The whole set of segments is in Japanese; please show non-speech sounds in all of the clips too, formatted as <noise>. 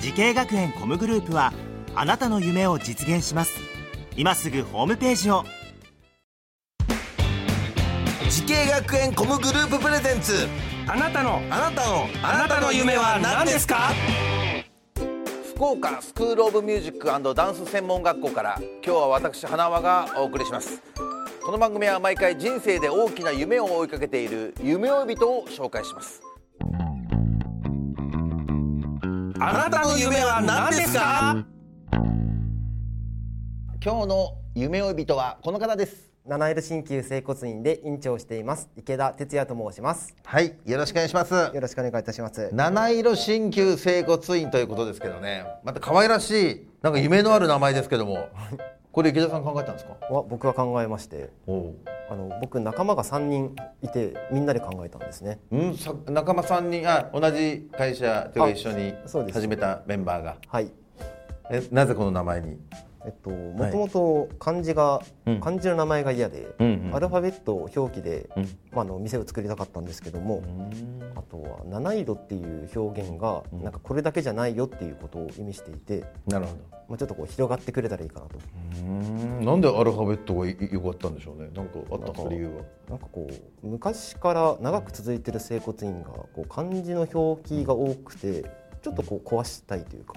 時系学園コムグループはあなたの夢を実現します今すぐホームページを時系学園コムグループプレゼンツあなたのあなたのあなたの夢は何ですか福岡スクールオブミュージックダンス専門学校から今日は私花輪がお送りしますこの番組は毎回人生で大きな夢を追いかけている夢追い人を紹介しますあなたの夢は何ですか今日の夢追い人はこの方です七色鍼灸整骨院で院長をしています池田哲也と申しますはいよろしくお願いしますよろしくお願いいたします七色鍼灸整骨院ということですけどねまた可愛らしいなんか夢のある名前ですけどもこれ池田さん考えたんですかは僕が考えましておあの僕仲間が3人いてみんなで考えたんですねうん、さ仲間さんにあ同じ会社というかあ一緒にそうです始めたメンバーがはいえなぜこの名前にえっともともと漢字が、うん漢字の名前が嫌で、うんうんアルファベットを表記で、うんまあ、あの店を作りたかったんですけども、あとは七色っていう表現が、なんかこれだけじゃないよっていうことを意味していて、なるほどまあ、ちょっとこう広がってくれたらいいかなとうんなんでアルファベットがいいよかったんでしょうねなんかあったんですかなんか理由はなんかこう昔から長く続いてる整骨院がこう漢字の表記が多くてちょっとこう壊したいというか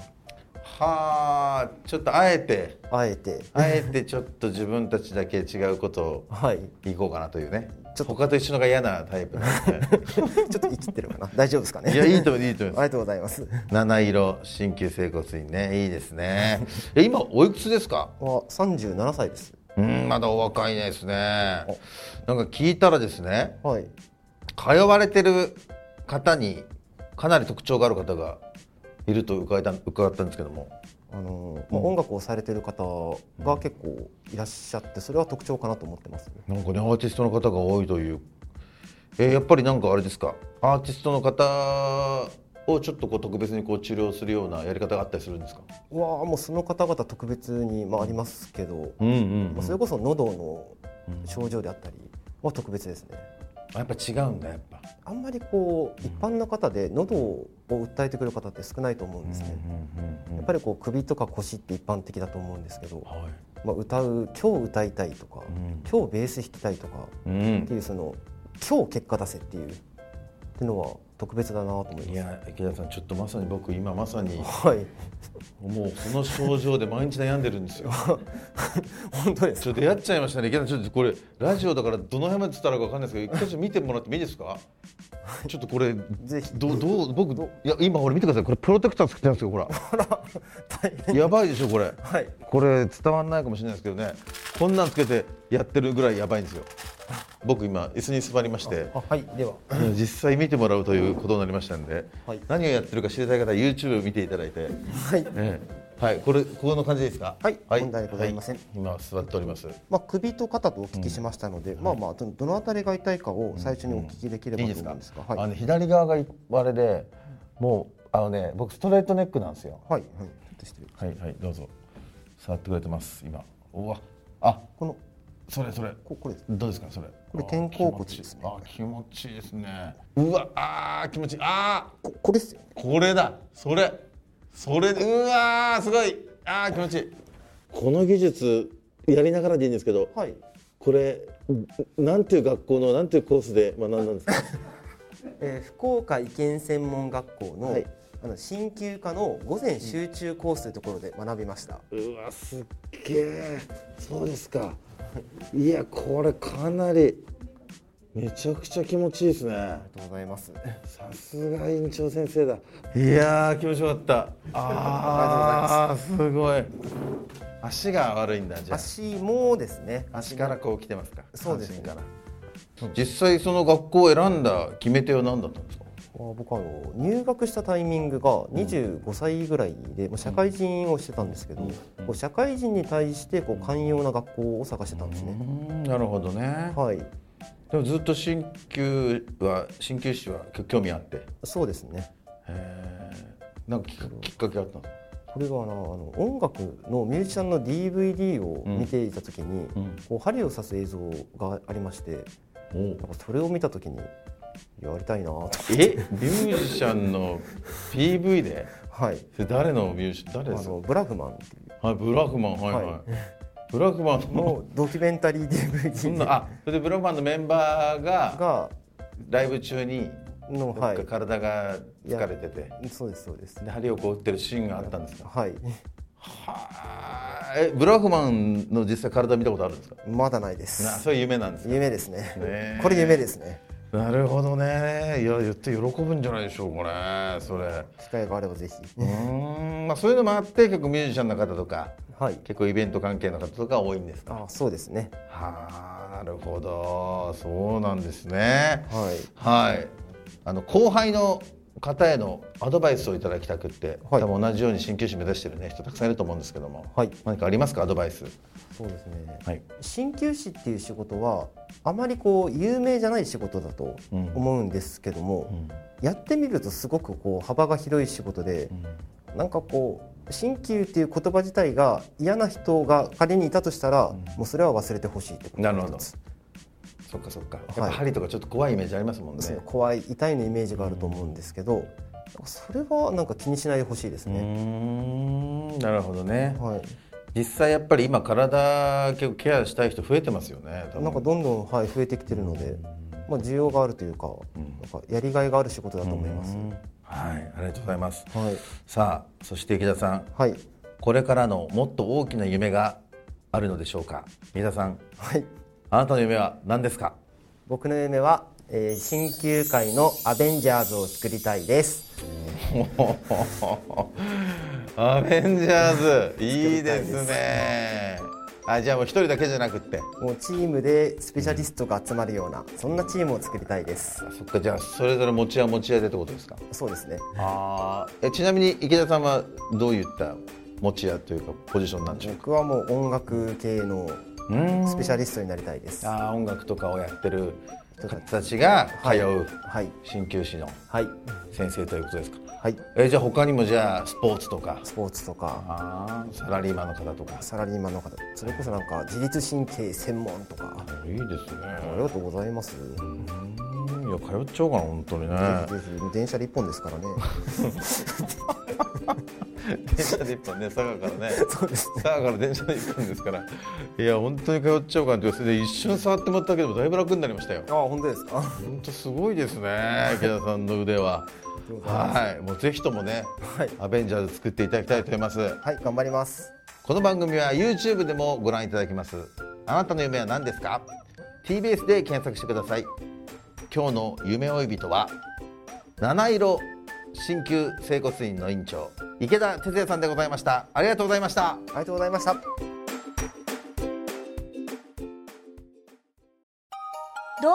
はあちょっとあえてあえてあえてちょっと自分たちだけ違うことをはいいこうかなというねちょっと他と一緒のが嫌なタイプなん <laughs> でちょっと生きってるかな <laughs> 大丈夫ですかねいやいいとと思いいと思いあますりがとうございます <laughs> 七色鍼灸整骨院ねいいですねえ今おいくつですかは37歳ですうん、まだお若いですね。なんか聞いたらですね、はい通われてる方にかなり特徴がある方がいると伺った伺ったんですけども、あのーまあ、音楽をされてる方が結構いらっしゃってそれは特徴かなと思ってますなんかねアーティストの方が多いという。えーやっぱりなんかあれですか、アーティストの方をちょっとこう特別にこう治療するようなやり方があったりするんですか。うわあもうその方々特別に、まあ、ありますけど、うんうん、まあ、それこそ喉の症状であったりは特別ですね、やっぱ違うんだやっぱ。あんまりこう一般の方で喉を訴えてくる方って少ないと思うんですね。やっぱりこう首とか腰って一般的だと思うんですけど、はまあ、歌う今日歌いたいとか、ん今日ベース弾きたいとかい。うってん。いうその今日結果出せっていうっていうのは特別だなと思いいます。や池田さんちょっとまさに僕今まさにはい、もうその症状で毎日悩んでるんですよ。本当ですちょっと出会っちゃいましたね。池田ちょっとこれラジオだからどの辺まで伝わるかわかんないですけど、一回ちょっと見てもらってもいいですか？ちょっとこれぜひどうどう僕いや今これ見てください。これプロテクター作ってるんですよ。ほら大変やばいでしょこれ。はいこれ伝わんないかもしれないですけどね。こんなんつけてやってるぐらいやばいんですよ。僕今椅子に座りまして。あはいでは実際見てもらうということになりましたんで、はい何をやってるか知りたい方は YouTube を見ていただいて、はい、ええはい、これここの感じでいいですかはい問題ございませんは今座っておりますまあ、首と肩とお聞きしましたので、まあまあどどのあたりが痛いかを最初にお聞きできればいいとです思うか。んですが、あはいの左側があれで、もうあのね、僕ストレートネックなんですよ。はい、はい、ちょっと失礼はいはいどうぞ。触ってくれてます今。うわ、あこのそれそれ。ここれですどうですかそれ。これ肩甲骨ですねあ気持ちいいあ気持ちいいですね。うわあー気持ちいい。あーここれですよねこれだ。それそれでうわーすごい。あー気持ちいい。この技術やりながらでいいんですけど、はいこれなんていう学校のなんていうコースで学んだんですか。えー福岡医研専門学校の、はいあの鍼灸科の午前集中コースというところで学びました、 <laughs> うわすっげえそうですかいやこれかなりめちゃくちゃ気持ちいいですねありがとうございますさすが院長先生だいやー気持ちよかった <laughs> あーすごい足が悪いんだじゃあ足もですね足からこう来てますかそうですね半身から実際その学校を選んだ決め手は何だったんですかまあ僕はあの入学したタイミングが25歳ぐらいで、まあ社会人をしてたんですけど、こう社会人に対してこう寛容な学校を探してたんですうね。んなるほどね、はい、でもずっと鍼灸は鍼灸師は興味あってへそうですね。えなんかきっかきっかけあったのこれはあのあの音楽のミュージシャンの DVD を見ていた時に、うんこう針を刺す映像がありまして、おなんかそれを見た時にやりたいなと <laughs> 思って。えミュージシャンの PV ではい。それ誰のミュージシャンあ誰ですかのブラフマンっていうはいブラフマンはいはい、はブラフマンののドキュメンタリー DVD そんなあそれでブラフマンのメンバーががライブ中にのどはっかい。体が疲れてて、そうですそうです。で針をこう打ってるシーンがあったんですかはい。はあえブラフマンの実際体見たことあるんですかまだないです。なそういう夢なんですね夢ですねねえこれ夢ですねなるほどねいや言って喜ぶんじゃないでしょうこれそれ機会があればぜひ、うーんまあそういうのもあって結構ミュージシャンの方とかはい結構イベント関係の方とか多いんですかあそうですねはあなるほどそうなんですねはいはいあの後輩の方へのアドバイスをいただきたくって、はい多分同じように鍼灸師目指してるね人たくさんいると思うんですけども、はい何かありますかアドバイスそうですねはい鍼灸師っていう仕事はあまりこう有名じゃない仕事だとうん思うんですけども、やってみるとすごくこう幅が広い仕事で、なんかこう鍼灸っていう言葉自体が嫌な人が仮にいたとしたら、もうそれは忘れてほしいってことなるほどですそっかそっかやっぱ針とかちょっと怖いイメージありますもんね、そう怖い痛いのイメージがあると思うんですけど、それはなんか気にしないでほしいですうーね、んなるほどね、はい実際やっぱり今体結構ケアしたい人増えてますよね多分なんかどんどん、はい、増えてきてるので、まあ、需要があるというか,、なんかやりがいがある仕事だと思います。はいありがとうございます、はい、さあそして池田さんはい、これからのもっと大きな夢があるのでしょうか池田さんはい、あなたの夢は何ですか僕の夢は、えー、新旧界のアベンジャーズを作りたいです。 <laughs> アベンジャ <laughs> ーズいいですねあじゃあもう一人だけじゃなくってもうチームでスペシャリストが集まるような、そんなチームを作りたいです。あそっかじゃあそれぞれ持ち屋持ち屋でってことですかそうですね。あーえちなみに池田さんはどういった持ち屋というかポジションなんでしょうか僕はもう音楽系のうんスペシャリストになりたいです。はあー音楽とかをやってる方たちが通いうはい、鍼灸師のはい、先生ということですかはい、えじゃあ他にもじゃあスポーツとかスポーツとか。あーサラリーマンの方とかサラリーマンの方それこそなんか自律神経専門とかいいですねありがとうございます、いや通っちゃおうかな本当にねぜひぜひ電車で一本ですからね電車で一本ね佐賀からね <laughs> そうです佐賀から電車で一本ですからいや本当に通っちゃおうかなってそれで一瞬触ってもらったけどもだいぶ楽になりましたよあ本当ですか本当すごいですね池田さんの腕ははいもうぜひともね、はいアベンジャーズ作っていただきたいと思いますはい頑張りますこの番組は YouTube でもご覧いただけますあなたの夢は何ですか TBS で検索してください今日の夢追い人は七色鍼灸整骨院の院長池田哲也さんでございましたありがとうございましたありがとうございました動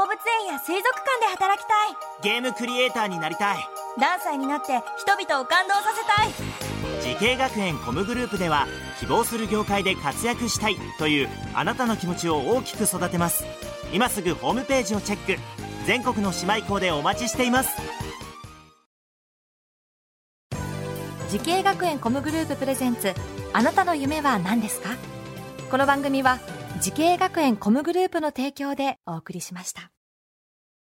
物園や水族館で働きたいゲームクリエイターになりたい何歳になって人々を感動させたい時系学園コムグループでは希望する業界で活躍したいというあなたの気持ちを大きく育てます今すぐホームページをチェック全国の姉妹校でお待ちしています時系学園コムグループプレゼンツあなたの夢は何ですかこの番組は時系学園コムグループの提供でお送りしました